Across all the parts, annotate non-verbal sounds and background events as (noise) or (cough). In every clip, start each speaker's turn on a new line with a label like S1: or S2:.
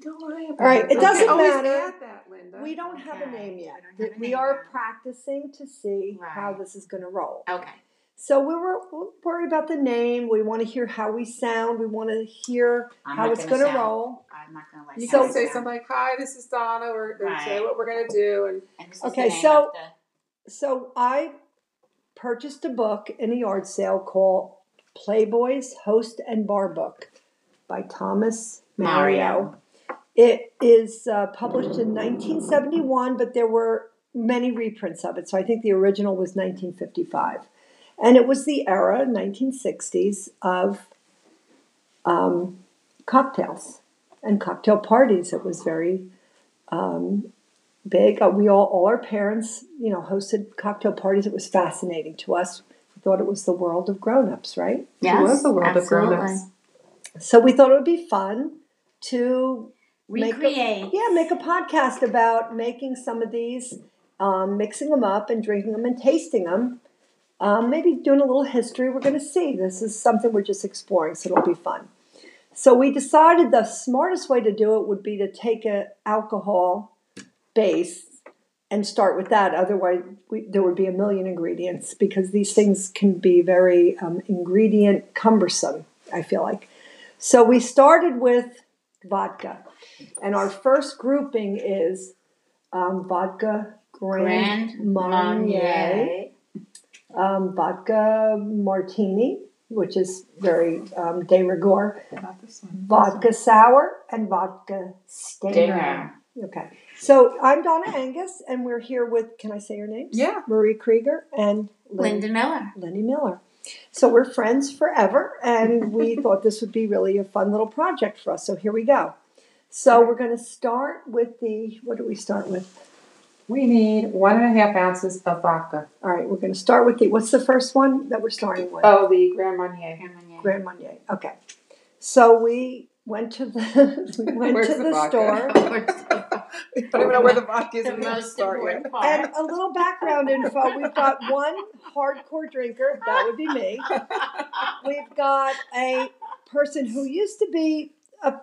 S1: Don't worry about it.
S2: All right, it
S1: Okay,
S2: doesn't
S1: always
S2: matter.
S1: add that, Linda.
S2: We don't have a
S3: Okay.
S2: name yet.
S3: We don't have a
S2: We
S3: name
S2: are
S3: yet.
S2: practicing to see how
S3: Right.
S2: this is going to roll.
S3: Okay.
S2: So we were we'll worry about the name. We want to hear how we sound. We want to hear
S3: I'm
S2: how
S3: not
S2: it's
S3: gonna
S2: going to
S3: sound-
S2: roll.
S3: I'm not going to let
S1: You
S2: So-
S1: can
S3: sound
S1: say
S3: down.
S1: something like, "Hi, this is Donna," or, or say
S3: Right.
S1: what we're gonna do, and
S3: And this is the
S2: Okay,
S3: name
S2: so-
S3: of the-
S2: So I purchased a book in a yard sale called Playboy's Host and Bar Book by Thomas Mario. It is uh, published in 1971, but there were many reprints of it. So I think the original was 1955. And it was the era, 1960s, of um, cocktails and cocktail parties. It was very um, big. Uh, we all, all our parents, you know, hosted cocktail parties. It was fascinating to us. We thought it was the world of grown-ups, right?
S3: Yes,
S1: was the world of
S3: absolutely.
S1: grown-ups.
S2: So we thought it would be fun to Make a-
S3: Recreate.
S2: yeah make a podcast about making some of these, um, mixing them up and drinking them and tasting them. Um, maybe doing a little history. We're going to see. This is something we're just exploring, so it'll be fun. So we decided the smartest way to do it would be to take a alcohol base and start with that. Otherwise, we, there would be a million ingredients because these things can be very um, ingredient cumbersome. I feel like. So we started with vodka, and our first grouping is um, vodka Grand,
S3: Grand
S2: Marnier,
S3: Marnier.
S2: um, vodka martini, which is very um, de rigueur
S1: about this one.
S2: vodka sour and vodka stinger.
S3: Dinner.
S2: Okay. So I'm Donna Angus, and we're here with, can I say your names?
S1: Yeah.
S2: Marie Krieger and Lynn,
S3: Linda Miller.
S2: Lenny Miller. So we're friends forever, and
S1: (laughs)
S2: we thought this would be really a fun little project for us. So here we go. So we're going to start with the, what do we start with?
S1: We need one and a half ounces of vodka.
S2: All right, we're going to start with the, what's the first one that we're starting with?
S1: Oh, the Grand Marnier.
S3: Grand Marnier.
S2: Grand Marnier. Okay. So we went to the, (laughs) we went
S1: Where's
S2: to
S1: the
S2: the
S1: vodka?
S2: store.
S1: I don't even know where the vodka
S2: (laughs)
S1: is.
S3: the
S1: in the
S3: most
S1: store yet.
S3: important part.
S2: And a little background info. We've got one hardcore drinker, that would be me. We've got a person who used to be a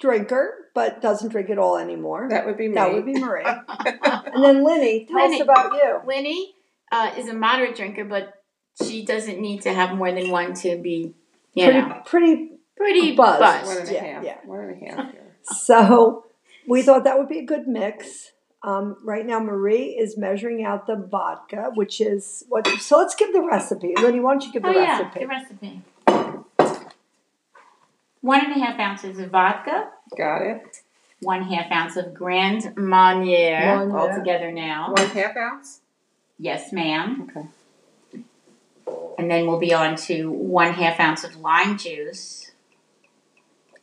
S2: drinker but doesn't drink at all anymore.
S1: That would be me.
S2: That would be Marie.
S1: (laughs)
S2: And then Lenny, tell us
S3: Lenny.
S2: about you.
S3: Winnie uh, is a moderate drinker, but she doesn't need to have more than one to be, you know,
S2: Pretty,
S3: pretty
S2: Buzzed.
S3: buzzed.
S1: one and a
S2: Yeah,
S1: half.
S2: yeah.
S1: One and a half. here.
S2: pretty. So we thought that would be a good mix. Um, right now, Marie is measuring out the vodka, which is what. So let's give the recipe. Lenny, why don't you give the
S3: Oh yeah,
S2: recipe?
S3: the recipe. One and a half ounces of vodka,
S1: Got it.
S3: one half ounce of Grand Marnier,
S2: Marnier.
S3: all together now.
S1: One half ounce.
S3: Yes, ma'am.
S1: Okay.
S3: And then we'll be on to one half ounce of lime juice,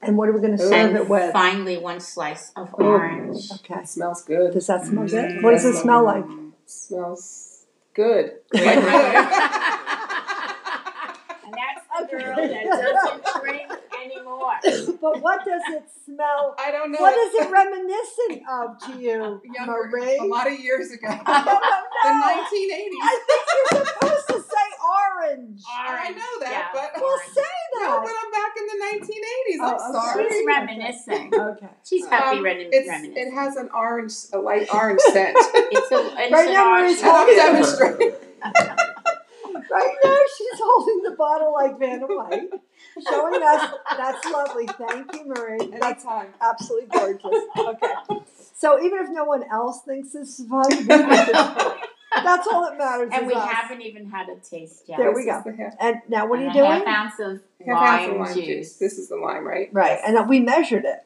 S2: And what are we going to
S1: Ooh.
S2: serve
S3: and
S2: it with?
S3: finally one slice of
S2: Ooh.
S3: orange.
S2: Okay.
S1: It smells good.
S2: Does that smell good?
S3: Mm,
S2: What does it
S1: that's
S2: smell like?
S1: smells good.
S2: (laughs)
S3: and
S1: (laughs) Right.
S3: that's the girl
S2: Okay.
S3: that doesn't drink anymore.
S2: But what does it
S1: (laughs)
S2: smell?
S1: I don't know.
S2: What is it reminiscent of to you,
S1: Younger,
S2: Marie?
S1: A lot of years
S2: (laughs)
S1: ago.
S2: I don't
S1: the
S2: know.
S1: 1980s.
S2: I think you're supposed to say orange.
S1: (laughs) I know that,
S3: yeah,
S1: but-
S2: Well,
S3: orange.
S2: say
S1: No, but
S2: that.
S1: I'm back in the 1980s.
S2: Oh,
S1: I'm
S2: okay.
S1: sorry.
S3: She's reminiscing.
S2: Okay.
S3: She's happy
S1: Um,
S3: remin-
S1: It's,
S3: reminiscing.
S1: it has an orange, a light orange
S2: (laughs)
S1: scent. (laughs)
S3: It's a it's
S2: Right
S3: an
S2: now, Marie's
S3: orange one.
S2: hot. (laughs)
S3: (laughs)
S1: I'm demonstrating.
S2: Right now, she's holding the bottle like Vanna White, showing us. That's lovely. Thank you, Marie. That's
S1: Anytime.
S2: absolutely gorgeous. Okay. So even if no one else thinks this is fun, we think it's fun. that's all that matters.
S3: and
S2: is
S3: we
S2: us.
S3: haven't even had a taste yet.
S2: There
S1: This
S2: we
S1: is
S2: go.
S1: the half-
S2: And now, what are you
S3: And a
S2: doing?
S3: Half ounce of
S1: half ounce
S3: lime,
S1: of lime
S3: juice.
S1: juice. This is the lime, right?
S2: Right, and we measured it.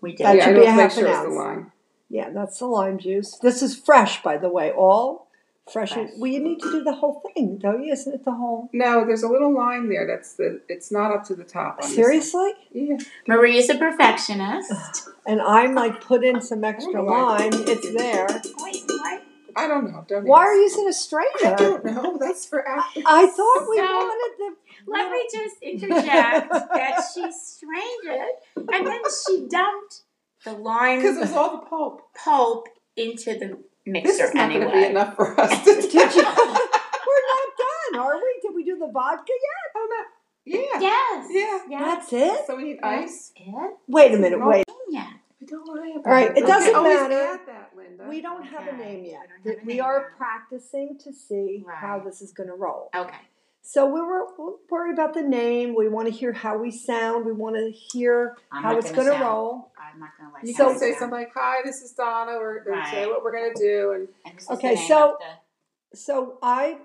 S3: We
S2: That
S3: did.
S1: yeah,
S2: should
S1: I
S2: be
S1: don't
S2: a
S1: make
S2: half
S1: sure
S2: an
S1: it's the
S2: ounce.
S1: lime.
S2: Yeah, that's the lime juice. This is fresh, by the way, all fresh.
S3: Fresh.
S2: Well, you need to do the whole thing, don't you? Isn't it the whole?
S1: No, there's a little lime there. That's the. It's not up to the top. on this
S2: Seriously?
S1: one. Yeah.
S3: Marie is a perfectionist. (laughs)
S2: And I'm like, put in some extra
S1: Oh, wow.
S2: lime. It's there.
S3: Wait, what?
S1: I don't know. Don't.
S2: Why
S1: ask.
S2: are you using a
S1: (laughs) I
S2: strainer?
S1: don't know. That's for after.
S2: I thought we
S3: So,
S2: wanted the.
S3: Let me just interject that she strained it and then she dumped the
S1: Because
S3: lime
S1: it was all the pulp.
S3: pulp into the mixer
S1: This is not going to be
S3: anyway.
S1: enough for us to
S2: Did you? (laughs)
S1: do.
S2: We're not done, are we? Did we do the vodka yet?
S1: Oh, no. Yeah.
S3: Yes.
S1: Yeah.
S3: Yes.
S2: That's it.
S1: So we need
S3: That's
S1: ice.
S3: it.
S2: Wait a minute. Wait.
S3: Yeah. Don't worry about
S2: All right,
S3: it.
S2: it doesn't
S1: always
S2: matter.
S1: add that, Linda.
S2: We don't have a
S3: Okay.
S2: name
S3: We
S2: yet.
S3: don't have a
S2: We
S3: name
S2: are
S3: yet.
S2: practicing to see how
S3: Right.
S2: this is going to roll.
S3: Okay.
S2: So we were we'll worry about the name. We want to hear how we sound. We want to hear
S3: I'm
S2: how
S3: not
S2: it's
S3: gonna
S2: going to
S3: sound.
S2: roll.
S3: I'm not gonna let
S1: you
S2: So-
S3: Sally
S1: can say
S3: down.
S1: something like, "Hi, this is Donna," or, or say
S3: Right.
S1: what we're gonna do, and
S3: And this is the
S2: Okay,
S3: name
S2: so-
S3: of the-
S2: So I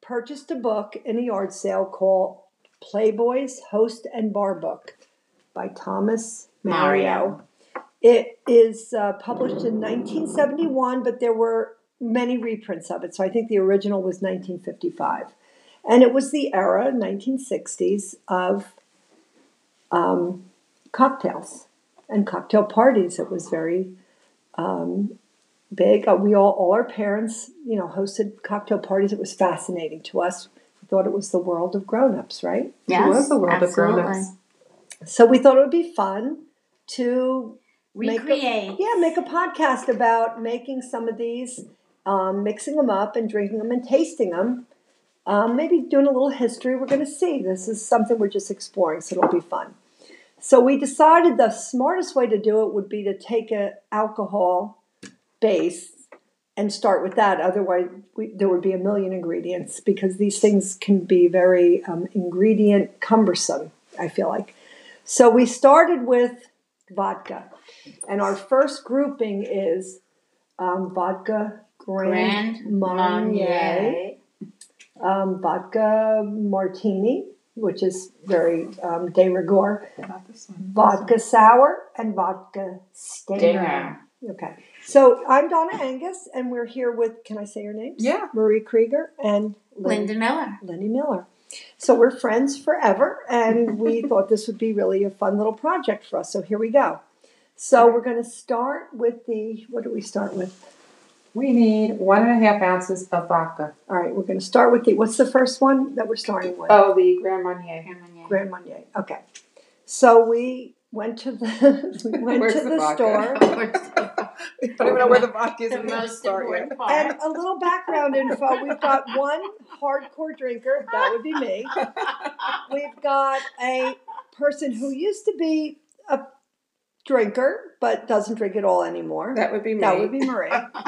S2: purchased a book in a yard sale called Playboy's Host and Bar Book by Thomas Mario. It is uh, published in 1971, but there were many reprints of it. So I think the original was 1955. And it was the era, 1960s, of um, cocktails and cocktail parties. It was very um, big. Uh, We all, all our parents, you know, hosted cocktail parties. It was fascinating to us. We thought it was the world of grown-ups, right?
S3: Yes,
S1: was the world of
S3: absolutely.
S1: grown-ups.
S2: So we thought it would be fun to Make a-
S3: Recreate.
S2: yeah make a podcast about making some of these, um, mixing them up and drinking them and tasting them. Um, maybe doing a little history. We're going to see. This is something we're just exploring, so it'll be fun. So we decided the smartest way to do it would be to take a alcohol base and start with that. Otherwise, we, there would be a million ingredients because these things can be very um, ingredient cumbersome. I feel like. So we started with vodka, and our first grouping is um, vodka Grand,
S3: Grand
S2: Marnier
S3: Marnier.
S2: um, vodka martini, which is very um, de rigueur,
S1: not this one.
S2: vodka sour, and vodka stinger.
S3: Dinner.
S2: Okay. So I'm Donna Angus, and we're here with, can I say your names?
S1: Yeah.
S2: Marie Krieger and Lynn,
S3: Linda Miller.
S2: Lenny Miller. So we're friends forever, and
S1: (laughs)
S2: we thought this would be really a fun little project for us. So here we go. So we're going to start with the, what do we start with?
S1: We need one and a half ounces of vodka.
S2: All right, we're going to start with the, what's the first one that we're starting with?
S1: Oh, the Grand Marnier.
S3: Grand Marnier.
S2: Grand Marnier. Okay. So we went to the (laughs)
S1: (laughs)
S2: we went
S1: Where's
S2: to
S1: the
S2: the
S1: vodka?
S2: store.
S1: I don't even know where the vodka
S2: (laughs)
S1: is.
S3: the
S1: in the
S3: most
S1: store yet.
S3: important part.
S1: (laughs)
S2: And a little background info. We've got one hardcore drinker, that would be me. We've got a person who used to be a drinker but doesn't drink at all anymore.
S1: That would be me.
S2: That would be Marie.
S1: (laughs)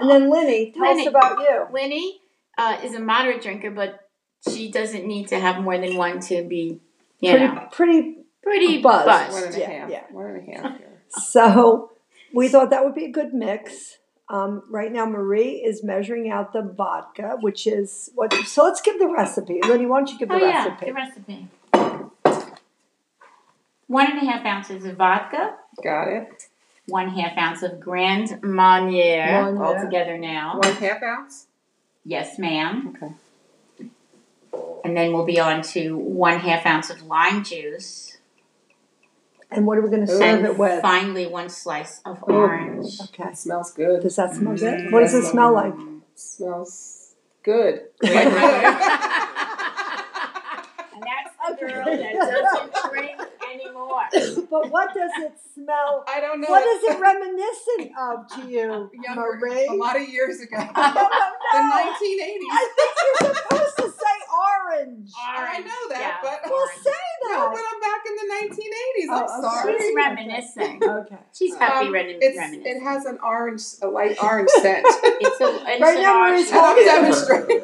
S2: And then Lenny, tell us
S3: Lenny.
S2: about you.
S3: Winnie uh, is a moderate drinker, but she doesn't need to have more than one to be, you
S2: pretty
S3: know,
S2: pretty
S3: pretty
S2: buzzed.
S3: buzzed.
S1: one and a
S2: Yeah,
S1: half.
S2: yeah.
S1: One and a half. Here.
S2: So we thought that would be a good mix. Um, right now, Marie is measuring out the vodka, which is what. So let's give the recipe. Lenny, why don't you give the
S3: Oh yeah,
S2: recipe?
S3: the recipe. One and a half ounces of vodka,
S1: Got it.
S3: one half ounce of Grand Marnier,
S2: Marnier.
S3: all together now.
S1: One half ounce.
S3: Yes, ma'am.
S1: Okay.
S3: And then we'll be on to one half ounce of lime juice,
S2: And what are we going to
S1: Ooh.
S2: serve
S3: and
S2: it with?
S3: finally one slice of
S2: Ooh.
S3: orange.
S2: Okay.
S1: It smells good.
S2: Does Mm, that smell good? What does it smell like?
S1: It smells (laughs) good.
S3: and that's the girl that doesn't drink
S1: (laughs)
S3: anymore.
S2: But what does it
S3: (laughs)
S2: smell?
S1: I don't know.
S2: What is it reminiscent of to you,
S1: Younger, A
S2: Marie?
S1: lot of years ago.
S2: I don't
S1: The
S2: know.
S1: 1980s.
S2: (laughs) I think you're supposed to say orange.
S1: I know that,
S3: yeah,
S1: but-
S2: Well,
S3: orange.
S2: say
S1: No,
S3: (laughs)
S1: but
S2: that.
S1: I'm back in the 1980s.
S2: Oh,
S1: I'm
S2: okay.
S1: sorry.
S3: she's reminiscing.
S2: Okay.
S3: She's happy
S1: Um,
S3: remi-
S1: It's,
S3: reminiscing.
S1: it has an orange, a
S2: (laughs)
S1: light orange scent.
S3: It's a it's
S2: Right
S3: an
S2: now,
S3: orange.
S2: Marie's
S3: (laughs)
S1: I'm
S2: holding.
S1: demonstrating.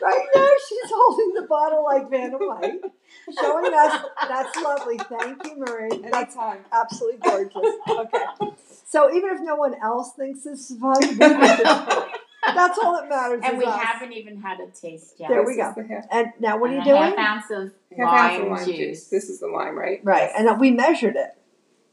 S2: Right now, she's holding the bottle like Vanna White, showing us. That's lovely. Thank you, Marie. That's
S1: Anytime.
S2: absolutely gorgeous. Okay. So even if no one else thinks this is fun, we think it's- that's all that matters.
S3: and
S2: is
S3: we
S2: us.
S3: haven't even had a taste yet.
S2: There we
S1: This
S2: go.
S1: is the half,
S2: And now, what are you
S3: And
S2: doing?
S3: A half ounce of
S1: half
S3: lime,
S1: ounce of lime juice. This is the lime, right?
S2: Right, and we measured it.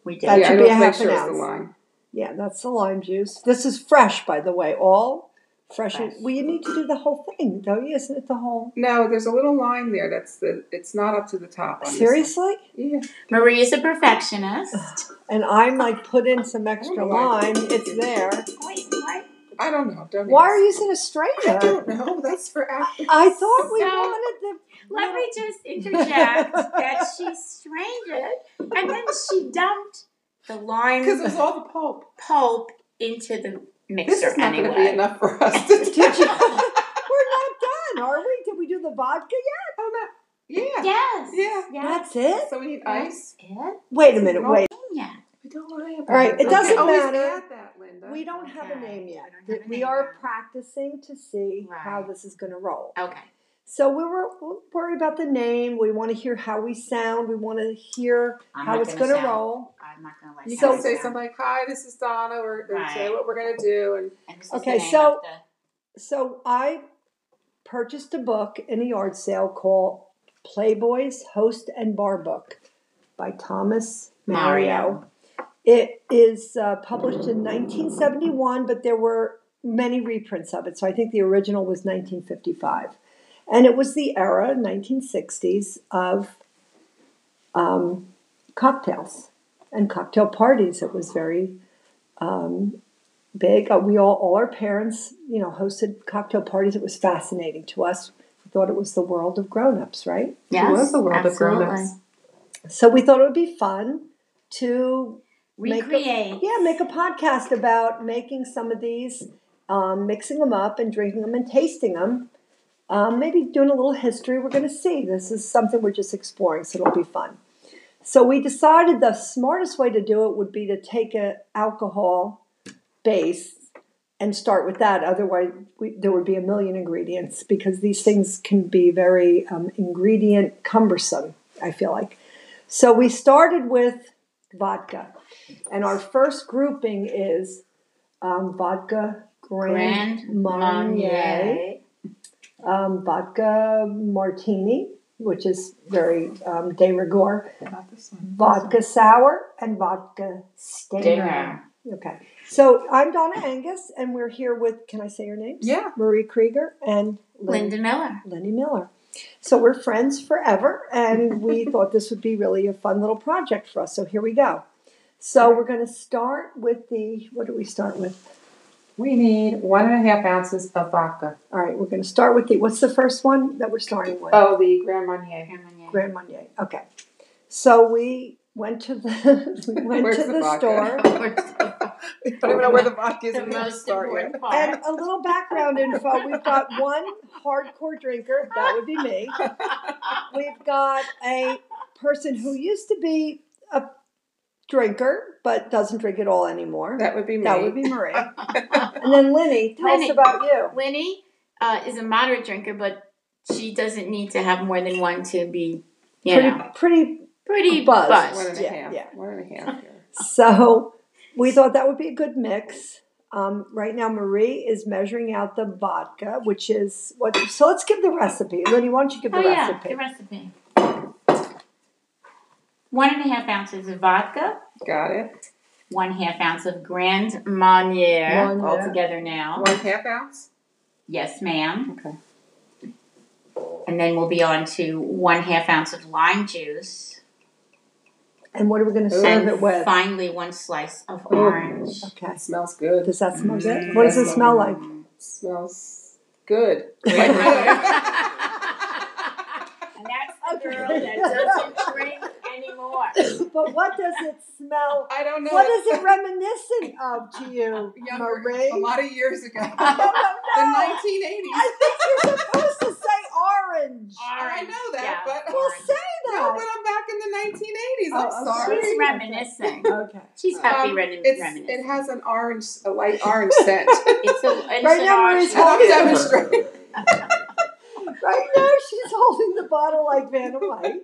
S3: we did.
S2: That
S1: yeah,
S2: should
S1: I
S2: be
S1: don't
S2: a
S1: make
S2: half an
S1: sure it's
S2: ounce.
S1: the lime.
S2: Yeah, that's the lime juice. This is fresh, by the way. All fresh.
S3: Fresh.
S2: Well, you need to do the whole thing, don't you? Isn't it the whole?
S1: No, there's a little line there. That's the. It's not up to the top. On this
S2: Seriously?
S1: one. Yeah.
S3: Marie is a
S1: (laughs)
S3: perfectionist.
S2: And I'm like, put in some
S3: Oh
S2: extra
S1: why.
S2: lime. It's there.
S3: Wait, what?
S1: I don't know. Don't
S2: Why
S1: ask.
S2: are you using a strainer?
S1: I don't know. That's for after.
S2: I thought we
S3: So-
S2: wanted the.
S3: Let me just
S1: (laughs)
S3: interject that she strained it and then she dumped the
S1: Because (laughs)
S3: lime
S1: it's all the pulp.
S3: pulp into the
S1: This
S3: mixer
S1: is not going to be
S3: anyway.
S1: enough for us to (laughs) do.
S2: Did you? (laughs) We're not done, are we? Did we do the vodka
S1: Oh, no. Yeah.
S3: Yes.
S1: Yeah.
S2: yet?
S3: Yes.
S2: That's it.
S1: So we need ice.
S3: It?
S2: Wait a minute. Wait.
S3: Yeah.
S1: Don't worry about
S2: All right, it
S1: Okay,
S2: doesn't
S1: always
S2: matter.
S1: add that, Linda.
S2: We don't have a
S3: Okay.
S2: name
S3: We
S2: yet.
S3: don't have a
S2: We
S3: name
S2: are
S3: yet.
S2: practicing to see how
S3: Right.
S2: this is going to roll.
S3: Okay.
S2: So we were we'll worry about the name. We want to hear how we sound. We want to hear
S3: I'm
S2: how
S3: not
S2: it's
S3: gonna
S2: going to
S3: sound-
S2: roll.
S3: I'm not gonna like.
S1: You
S2: So-
S1: can say something like, "Hi, this is Donna," or, or say
S3: Right.
S1: what we're gonna do, and
S2: Okay, so- So I purchased a book in a yard sale called Playboy's Host and Bar Book by Thomas Mario.
S3: Mario.
S2: It is uh, published in 1971, but there were many reprints of it. So I think the original was 1955. And it was the era, 1960s, of um, cocktails and cocktail parties. It was very um, big. Uh, we all, all our parents, you know, hosted cocktail parties. It was fascinating to us. We thought it was the world of grown-ups, right?
S1: Yes, was the world of
S3: absolutely.
S1: grown-ups.
S2: So we thought it would be fun to Make a-
S3: Recreate.
S2: yeah make a podcast about making some of these, um, mixing them up and drinking them and tasting them. Um, maybe doing a little history. We're going to see. This is something we're just exploring, so it'll be fun. So we decided the smartest way to do it would be to take a alcohol base and start with that. Otherwise, we, there would be a million ingredients because these things can be very um, ingredient cumbersome. I feel like. So we started with vodka, and our first grouping is um, vodka Grand, Marnier, um, vodka Martini, which is very um, de rigueur
S1: about this one.
S2: vodka sour and vodka stinger.
S3: Dinger.
S2: Okay. So I'm Donna Angus, and we're here with, can I say your names?
S1: Yeah.
S2: Marie Krieger and Lynn,
S3: Linda Miller.
S2: Lenny Miller. So we're friends forever, and
S1: (laughs)
S2: we thought this would be really a fun little project for us. So here we go. So we're going to start with the, what do we start with?
S1: We need one and a half ounces of vodka.
S2: All right, we're going to start with the, what's the first one that we're starting with?
S1: Oh, the Grand Marnier.
S2: Grand Marnier. Okay. So we went to the, (laughs)
S1: (laughs)
S2: we went
S1: Where's
S2: to
S1: the
S2: the
S1: vodka?
S2: store.
S1: (laughs) I don't even know where the vodka is.
S3: the
S1: we have to
S3: most
S1: start yet.
S3: important part.
S2: And a little background info. We've got one hardcore drinker, that would be me. We've got a person who used to be a drinker but doesn't drink at all anymore.
S1: That would be me.
S2: That would be Marie. And then Lenny, tell us
S3: Lenny.
S2: about you.
S3: Winnie uh, is a moderate drinker, but she doesn't need to have more than one to be, you
S2: pretty,
S3: know,
S2: pretty.
S3: pretty
S2: Buzzed.
S3: buzzed.
S1: one and a
S2: Yeah,
S1: half.
S2: yeah.
S1: One and a half. here.
S2: So we thought that would be a good mix. Um, right now, Marie is measuring out the vodka, which is what. So let's give the recipe. Lenny, why don't you give the
S3: Oh yeah,
S2: recipe?
S3: the recipe. One and a half ounces of vodka,
S1: Got it.
S3: one half ounce of Grand Marnier,
S2: Marnier.
S3: all together now.
S1: One half ounce.
S3: Yes, ma'am.
S1: Okay.
S3: And then we'll be on to one half ounce of lime juice,
S2: And what are we going to
S1: Ooh.
S2: serve
S3: and
S2: it with?
S3: finally one slice of
S1: Ooh.
S3: orange.
S2: Okay.
S1: It smells good.
S2: Does that Oh. smell good?
S1: Mm,
S2: What does it
S1: that's
S2: smell
S3: (laughs)
S2: like?
S1: smells good.
S2: (laughs)
S3: and
S1: Like-
S3: that's the girl that doesn't drink
S2: (laughs)
S3: anymore.
S2: But what does it smell?
S1: I don't know.
S2: What is it reminiscent of to you,
S1: Younger-
S2: Marie?
S1: (laughs) A lot of years ago.
S2: (laughs) I don't
S1: The
S2: know.
S1: 1980s.
S2: I think you're supposed to say orange.
S3: Uh,
S1: I know that,
S3: yeah,
S1: but-
S2: Well,
S3: orange.
S2: say
S1: No, but
S2: that.
S1: I'm back in the 1980s.
S2: Oh,
S1: I'm
S2: okay.
S1: sorry.
S3: She's reminiscing.
S2: Okay.
S3: She's happy
S1: Um,
S3: remin-
S1: It's,
S3: reminiscing.
S1: it has an orange, a light orange
S2: (laughs)
S1: scent. (laughs)
S3: It's a it's
S2: Right
S3: an
S2: now,
S3: orange-
S2: Marie's
S1: I'm
S2: Okay.
S1: demonstrating.
S2: Right now, she's holding the bottle like Vanna White,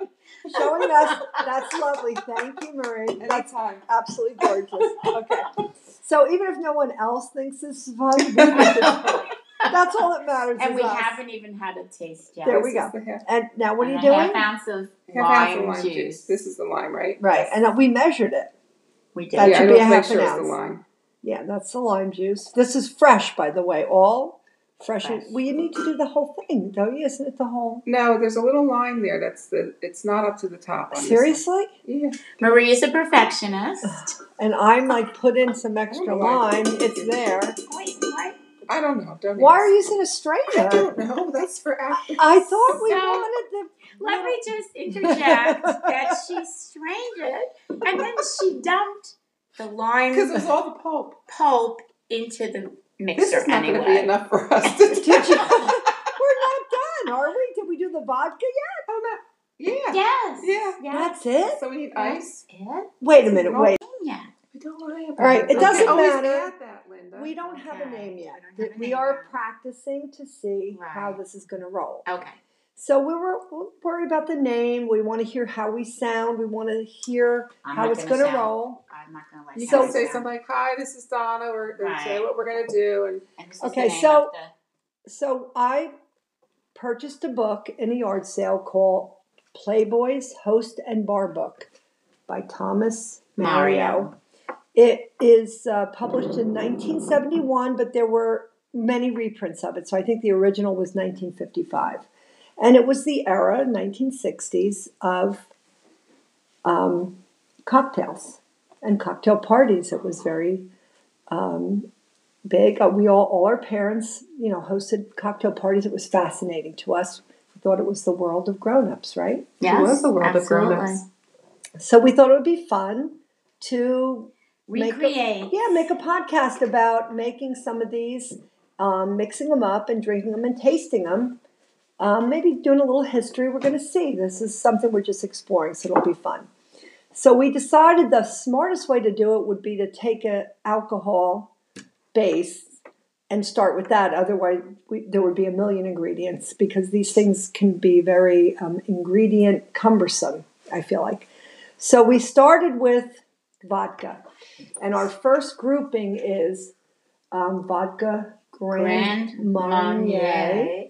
S2: showing us. That's lovely. Thank you, Marie. (laughs) That's
S1: Anytime.
S2: absolutely gorgeous. Okay. So even if no one else thinks this is fun, we think (laughs)
S3: (laughs)
S2: it's fun. that's all that matters.
S3: and
S2: is
S3: we
S2: us.
S3: haven't even had a taste yet.
S2: There
S1: This
S2: we go.
S1: is the half,
S2: And now, what are
S3: And
S2: you
S3: a
S2: doing?
S3: Half ounce of
S1: half
S3: lime,
S1: ounce of lime
S3: juice.
S1: juice. This is the lime, right?
S2: Right, and we measured it.
S3: We did.
S2: That
S1: yeah,
S2: should
S1: I
S2: be
S1: know
S2: a
S1: to make
S2: half an
S1: sure it's
S2: ounce.
S1: the lime.
S2: Yeah, that's the lime juice. This is fresh, by the way, all fresh.
S3: Fresh.
S2: Well, you need to do the whole thing, don't you? Isn't it the whole?
S1: No, there's a little lime there. That's the. It's not up to the top. On this
S2: Seriously?
S1: one. Yeah.
S3: Marie is a perfectionist.
S2: And I'm like, put in some extra
S1: know why.
S2: lime. It's there.
S3: Wait, what?
S1: I don't know. Don't.
S2: Why are
S1: ask.
S2: you going to strain
S1: I
S2: it?
S1: don't know. That's for after.
S2: I thought we
S3: So-
S2: wanted the.
S3: Let me just interject
S1: (laughs)
S3: that she strained it and then she dumped the
S1: Because it
S3: lime
S1: was all the pulp.
S3: pulp into the
S1: This
S3: mixer
S1: is not going to be
S3: anyway.
S1: enough for
S2: (laughs)
S1: us. To
S2: Did you? We're not done, are we? Did we do the vodka yet?
S1: Oh no. Yeah.
S3: Yes.
S1: Yeah.
S3: yes.
S2: That's it.
S1: So we need
S3: That's
S1: ice.
S3: it.
S2: Wait a minute. Wait.
S3: Yeah. Don't worry about
S2: All right,
S3: it.
S2: It doesn't
S1: always
S2: matter.
S1: add that, Linda.
S2: We don't have a
S3: Okay.
S2: name
S3: We
S2: yet.
S3: don't have a
S2: We
S3: name
S2: are
S3: yet.
S2: practicing to see how
S3: Right.
S2: this is going to roll.
S3: Okay.
S2: So we were we'll worry about the name. We want to hear how we sound. We want to hear
S3: I'm
S2: how
S3: not
S2: it's
S3: gonna
S2: going to
S3: sound-
S2: roll.
S3: I'm not going to let
S1: you
S2: So-
S1: can
S3: sound
S1: say
S3: sound.
S1: something like, "Hi, this is Donna," or, or say
S3: Right.
S1: what we're gonna do, and
S3: And this is the
S2: Okay,
S3: name
S2: so-
S3: of the-
S2: So I purchased a book in a yard sale called Playboy's Host and Bar Book by Thomas Mario.
S3: Mario.
S2: It is uh, published in 1971, but there were many reprints of it. So I think the original was 1955. And it was the era, 1960s, of um, cocktails and cocktail parties. It was very um, big. Uh, We all, all our parents, you know, hosted cocktail parties. It was fascinating to us. We thought it was the world of grown-ups, right?
S3: Yes,
S1: was the world of
S3: absolutely.
S1: grown-ups.
S2: So we thought it would be fun to Make a-
S3: Recreate.
S2: yeah make a podcast about making some of these, um, mixing them up and drinking them and tasting them. Um, maybe doing a little history. We're going to see. This is something we're just exploring, so it'll be fun. So we decided the smartest way to do it would be to take a alcohol base and start with that. Otherwise, we, there would be a million ingredients because these things can be very um, ingredient cumbersome. I feel like. So we started with vodka, and our first grouping is um, vodka Grand,
S3: Grand
S2: Marnier,
S3: Marnier.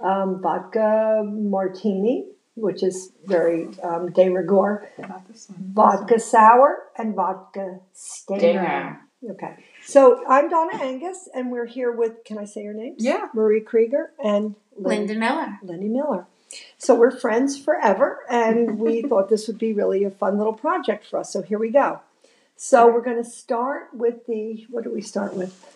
S2: um, vodka martini, which is very um, de rigueur
S1: Not this one.
S2: vodka sour and vodka stinger.
S3: Dinger.
S2: Okay. So I'm Donna Angus, and we're here with, can I say your names?
S1: Yeah.
S2: Marie Krieger and Lynn,
S3: Linda Miller.
S2: Lenny Miller. So we're friends forever, and
S1: (laughs)
S2: we thought this would be really a fun little project for us. So here we go. So we're going to start with the, what do we start with?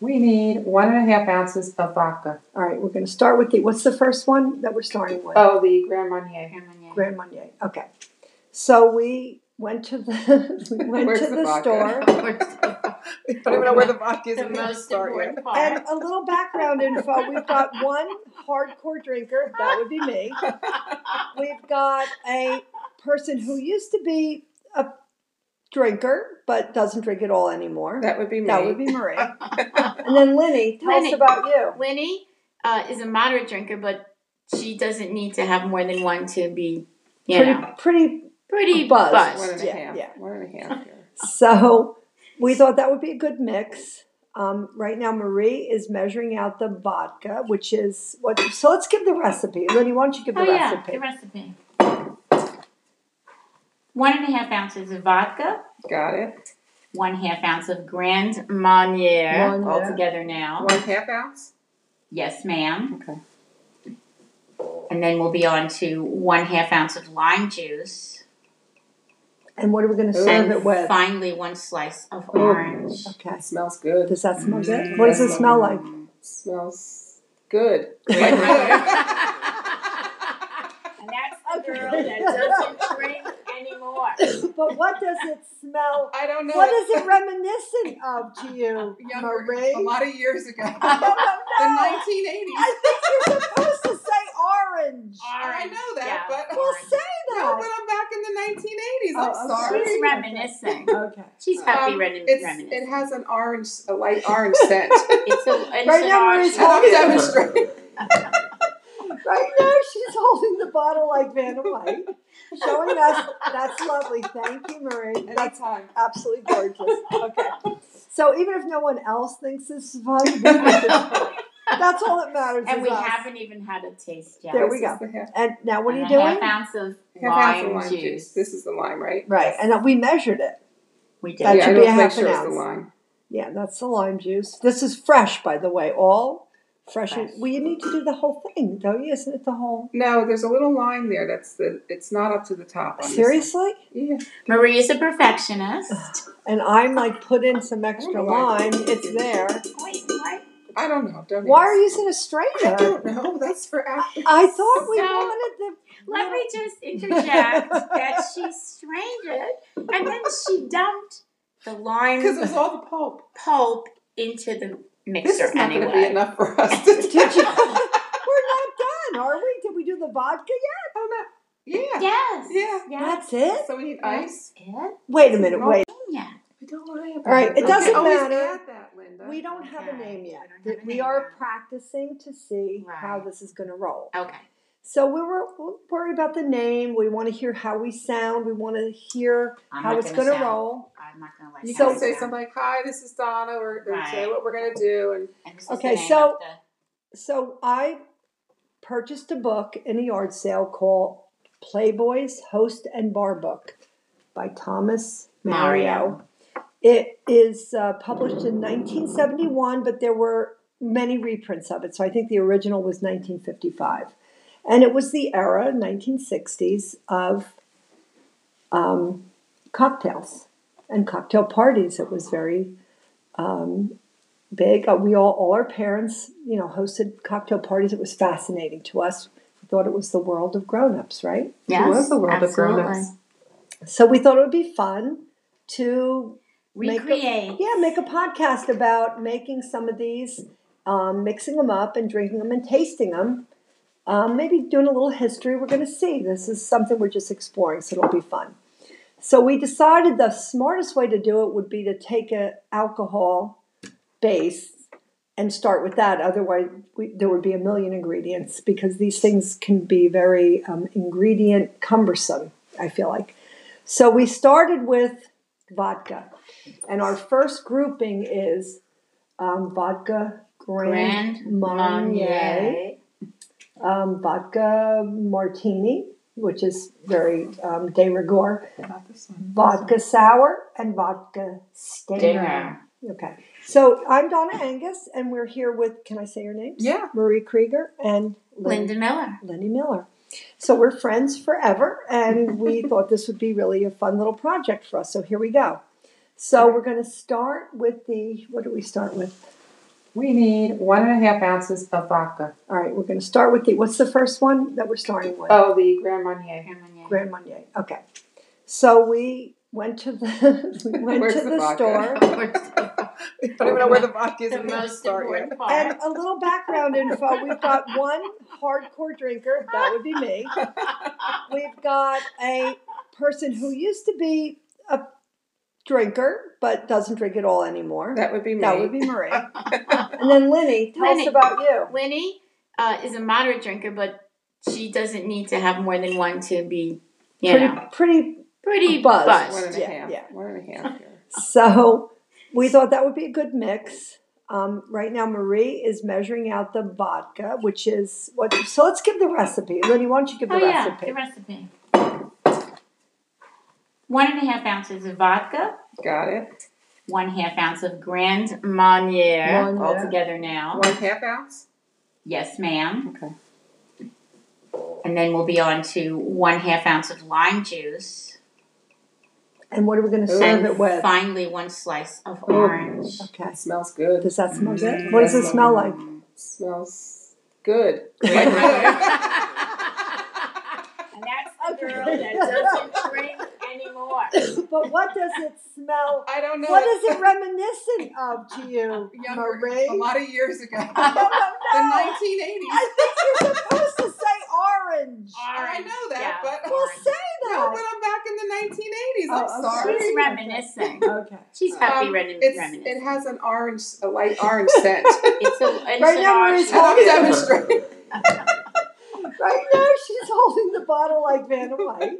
S1: We need one and a half ounces of vodka.
S2: All right, we're going to start with the, what's the first one that we're starting with?
S1: Oh, the Grand Marnier. (laughs)
S3: Grand Marnier.
S2: Grand Marnier. Okay. So we went to the, (laughs)
S1: (laughs)
S2: we went
S1: Where's
S2: to
S1: the
S2: the
S1: vodka?
S2: store.
S1: I don't even know where the vodka is.
S3: The
S1: when we
S3: most
S1: start yet.
S3: important part.
S2: And a little background info. We've got one hardcore drinker, that would be me. We've got a person who used to be a drinker but doesn't drink at all anymore.
S1: That would be me.
S2: That would be Marie.
S1: (laughs)
S2: And then Lenny, tell us
S3: Lenny.
S2: about you.
S3: Winnie uh, is a moderate drinker, but she doesn't need to have more than one to be, you know,
S2: Pretty
S3: pretty
S2: pretty buzzed.
S3: buzzed.
S1: one and a
S2: Yeah,
S1: half.
S2: yeah.
S1: One and a half. here.
S2: so we thought that would be a good mix. Um, right now, Marie is measuring out the vodka, which is what. So let's give the recipe. Lenny, why don't you give the
S3: oh yeah,
S2: recipe?
S3: the recipe. One and a half ounces of vodka,
S1: Got it.
S3: one half ounce of Grand Marnier,
S2: Marnier.
S3: all together now.
S1: One half ounce.
S3: Yes, ma'am.
S1: Okay.
S3: And then we'll be on to one half ounce of lime juice,
S2: And what are we going to
S1: Ooh.
S2: serve
S3: and
S2: it with?
S3: finally one slice of
S1: Ooh.
S3: orange.
S2: Okay.
S1: That smells good.
S2: Does that smell good?
S3: Mm,
S2: What does it smell like?
S1: smells good.
S3: (laughs) and
S1: Like-
S3: that's the girl that doesn't drink anymore.
S2: (laughs) But what does it smell?
S1: I don't know.
S2: What is it reminiscent of to you,
S1: Younger,
S2: Marie?
S1: A lot of years ago.
S2: I don't
S1: the
S2: know.
S1: 1980s.
S2: (laughs) I think you're supposed to say orange.
S1: I know that,
S3: yeah,
S1: but-
S2: Well,
S3: orange.
S2: say
S1: No, but
S2: that.
S1: I'm back in the 1980s.
S2: Oh,
S1: I'm
S2: I'm
S1: sorry.
S3: she's reminiscing.
S2: Okay.
S3: She's happy
S1: Um,
S3: remi-
S1: It's,
S3: reminiscing.
S1: (laughs) it has an orange, a
S2: (laughs)
S1: light orange scent.
S3: It's a it's
S2: Right
S3: an
S2: now we're
S3: orange.
S2: just
S1: I'm
S2: talking-
S3: (laughs)
S1: demonstrating.
S2: Right now, she's holding the bottle like Vanna White, showing us. That's lovely. Thank you, Marie. That's
S1: Anytime.
S2: absolutely gorgeous. Okay. So even if no one else thinks this is fun, (laughs) we think it's fun. that's all that matters.
S3: and
S2: is
S3: we
S2: us.
S3: haven't even had a taste yet.
S2: There we
S1: This
S2: go.
S1: is the half-
S2: And now what are
S3: And
S2: you
S3: a
S2: doing?
S3: Half ounce of
S1: half ounce
S3: lime,
S1: of lime
S3: juice.
S1: juice. This is the lime, right?
S2: Right, and that we measured it.
S3: we did.
S2: That
S1: yeah,
S2: should
S1: I
S2: be
S1: don't
S2: a
S1: make
S2: half
S1: sure
S2: an
S1: it's the
S2: ounce.
S1: lime.
S2: Yeah, that's the lime juice. This is fresh, by the way, all fresh.
S3: Fresh.
S2: Well, you need to do the whole thing, don't you? Isn't it the whole?
S1: No, there's a little line there. That's the. It's not up to the top. On This
S2: Seriously?
S1: one. yeah.
S3: Marie is a perfectionist.
S2: And I'm like, put in some extra
S1: I don't know why I
S2: lime.
S1: did
S2: It's
S1: it.
S2: there.
S3: Wait, what?
S1: I don't know. Don't
S2: Why
S1: ask.
S2: are you going to strain
S1: (laughs) I
S2: it? (laughs)
S1: don't know. That's for after.
S2: I thought we
S3: So-
S2: wanted the.
S3: Let me just
S1: (laughs)
S3: interject that she strained it and then she dumped the
S1: Because
S3: lime
S1: it was all the pulp.
S3: pulp into the mixer
S1: This is not
S3: anyway.
S1: going to be enough for us. To Oh,
S2: Did
S1: (laughs)
S2: you? (laughs) We're not done, are we? Did we do the vodka yet?
S1: Oh, no. Yeah.
S3: Yes.
S1: Yeah.
S3: Yes.
S2: That's it.
S1: So we need
S3: That's
S1: ice.
S3: it.
S2: Wait a minute. Wait.
S3: Yeah.
S1: Don't worry about
S2: All right, it
S1: Okay,
S2: doesn't
S1: always
S2: matter.
S1: add that, Linda.
S2: We don't have a
S3: Okay.
S2: name
S3: We
S2: yet.
S3: don't have a
S2: We
S3: name
S2: are
S3: yet.
S2: practicing to see how
S3: Right.
S2: this is going to roll.
S3: Okay.
S2: So we were we'll worry about the name. We want to hear how we sound. We want to hear
S3: I'm
S2: how
S3: not
S2: it's
S3: gonna
S2: going to
S3: sound-
S2: roll.
S3: I'm not going to let
S1: You
S2: So-
S1: can say something like, "Hi, this is Donna," or, or say
S3: Right.
S1: what we're gonna do, and
S2: Okay, so- So I purchased a book in a yard sale called Playboy's Host and Bar Book by Thomas Mario. It is uh, published in 1971, but there were many reprints of it. So I think the original was 1955. And it was the era, 1960s, of um, cocktails and cocktail parties. It was very um, big. Uh, We all, all our parents, you know, hosted cocktail parties. It was fascinating to us. We thought it was the world of grown-ups, right?
S3: yes,
S1: It was the world of
S3: absolutely.
S1: grown-ups.
S2: So we thought it would be fun to Make a-
S3: Recreate.
S2: yeah, make a podcast about making some of these, um, mixing them up and drinking them and tasting them. Um, maybe doing a little history. We're going to see. This is something we're just exploring, so it'll be fun. So we decided the smartest way to do it would be to take a alcohol base and start with that. Otherwise, we, there would be a million ingredients because these things can be very um, ingredient cumbersome. I feel like. So we started with vodka, and our first grouping is um, vodka Grand,
S3: Grand
S2: Marnier,
S3: Marnier.
S2: um, vodka Martini, which is very um, de rigueur,
S1: Not this one.
S2: vodka sour, and vodka stinger.
S3: Dinner.
S2: Okay, so I'm Donna Angus, and we're here with. Can I say your names?
S1: Yeah.
S2: Marie Krieger and Lynn
S3: Linda Miller.
S2: Lenny Miller. So we're friends forever,
S1: (laughs)
S2: and we thought this would be really a fun little project for us. So here we go. So we're going to start with the what do we start with?
S1: We need one and a half ounces of vodka.
S2: All right, we're going to start with the what's the first one that we're starting with?
S1: Oh, the
S2: (laughs)
S1: Grand Marnier.
S3: Grand Marnier.
S2: Grand Marnier. Okay. So we went to the (laughs) we went
S1: Where's
S2: to
S1: the
S2: the
S1: vodka?
S2: store.
S1: I don't even know where the vodka is
S3: (laughs) the
S1: in the
S3: most
S1: start yet.
S3: important part.
S2: And a little background info. We've got one hardcore drinker, that would be me. We've got a person who used to be a drinker but doesn't drink at all anymore.
S1: That would be me.
S2: That would be
S1: (laughs)
S2: Marie. And then Lenny, tell
S3: Lenny.
S2: us about you.
S3: Winnie uh, is a moderate drinker, but she doesn't need to have more than one to be, you
S2: pretty,
S3: know,
S2: pretty.
S3: pretty
S2: Buzzed.
S3: buzzed.
S1: one and a
S2: Yeah,
S1: half.
S2: yeah.
S1: One and a half. Here.
S2: So we thought that would be a good mix. Um, right now, Marie is measuring out the vodka, which is what. So let's give the recipe. Lenny, why don't you give the
S3: Oh yeah,
S2: recipe?
S3: the recipe. One and a half ounces of vodka,
S1: Got it.
S3: one half ounce of Grand Marnier,
S2: Marnier.
S3: all together now.
S1: One half ounce.
S3: Yes, ma'am.
S1: Okay.
S3: And then we'll be on to one half ounce of lime juice,
S2: And what are we going to
S1: Ooh.
S2: serve
S3: and
S2: it with?
S3: finally one slice of
S1: Oh,
S2: Ooh.
S3: orange. Mm.
S2: Okay.
S1: That smells good.
S2: Does that smell good?
S1: Mm,
S2: What does it
S1: that
S2: smell like? (laughs)
S1: smells good.
S3: and
S1: (laughs) Like-
S3: that's the girl
S2: Okay.
S3: that doesn't drink anymore.
S2: But what does it smell?
S1: I don't know.
S2: What is it reminiscent of to you,
S1: (laughs) Younger,
S2: Marie?
S1: A lot of years ago.
S2: I don't know. (laughs) I think
S1: (laughs) the 1980s.
S2: you're supposed to say orange.
S1: (laughs) I know that,
S3: yeah,
S1: but-
S2: Well,
S3: orange.
S2: say
S1: No, but (laughs)
S2: that.
S1: I'm back in the 1980s.
S2: Oh,
S1: I'm
S2: I'm
S1: sorry.
S3: she's reminiscing.
S2: Okay.
S3: She's happy
S1: Um,
S3: remi-
S1: It's,
S3: reminiscing.
S1: it has an orange, a light orange scent.
S3: It's a it's
S2: Right
S3: an
S2: now,
S3: orange-
S2: Marie's
S1: I'm
S2: talking.
S1: demonstrating.
S2: Right now, she's holding the bottle like Vanna White,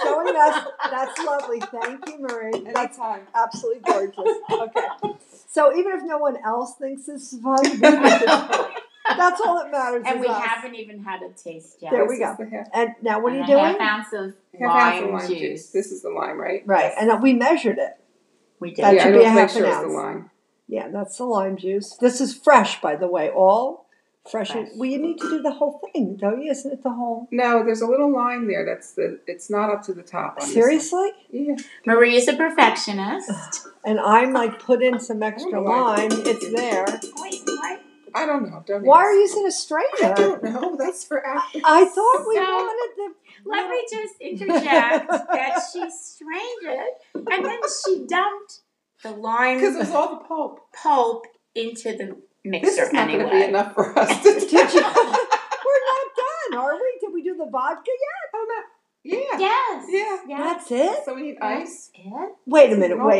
S2: showing us. That's lovely. Thank you, Marie. That's
S1: Anytime.
S2: absolutely gorgeous. Okay. So even if no one else thinks this is fun, we think it's fun. that's all that matters.
S3: (laughs) and
S2: is
S3: we
S2: us.
S3: haven't even had a taste yet.
S2: There we
S1: This
S2: go.
S1: is the Half,
S2: And now, what are
S3: And
S2: you
S3: a
S2: doing?
S3: Half ounce of
S1: half
S3: lime,
S1: ounce of lime
S3: juice.
S1: juice. This is the lime, right?
S2: Right, and we measured it.
S3: we did.
S2: That
S1: yeah,
S2: should
S1: I
S2: be
S1: don't
S2: a
S1: make
S2: half
S1: sure
S2: an
S1: it's the
S2: ounce.
S1: lime.
S2: Yeah, that's the lime juice. This is fresh, by the way. All fresh.
S3: Fresh.
S2: Well, you need to do the whole thing, don't you? Isn't it the whole?
S1: No, there's a little line there. That's the. It's not up to the top. On this one.
S2: Seriously?
S1: Yeah.
S3: Marie is a perfectionist.
S2: And I'm like, put in some extra
S1: Oh, my.
S2: lime. It's there.
S3: Wait, what?
S1: I don't know. Don't.
S2: Why
S1: ask.
S2: are you going to strain
S1: I
S2: it?
S1: don't know. That's
S2: (laughs)
S1: for after.
S2: I thought we
S3: So-
S2: wanted the. (laughs)
S3: Let me just interject that she strained it and then she dumped the
S1: Because it
S3: lime
S1: was all the pulp.
S3: pulp into the
S1: This
S3: mixer
S1: is not
S3: anyway.
S1: going to be enough for us. To Oh,
S2: Did you?
S1: (laughs)
S2: We're not done, are we? Did we do the vodka yet?
S1: Oh, no. Yeah.
S3: Yes.
S1: Yeah.
S3: Yes.
S2: That's it.
S1: So we need
S3: Yeah.
S1: ice.
S3: it.
S2: Wait a minute. Wait.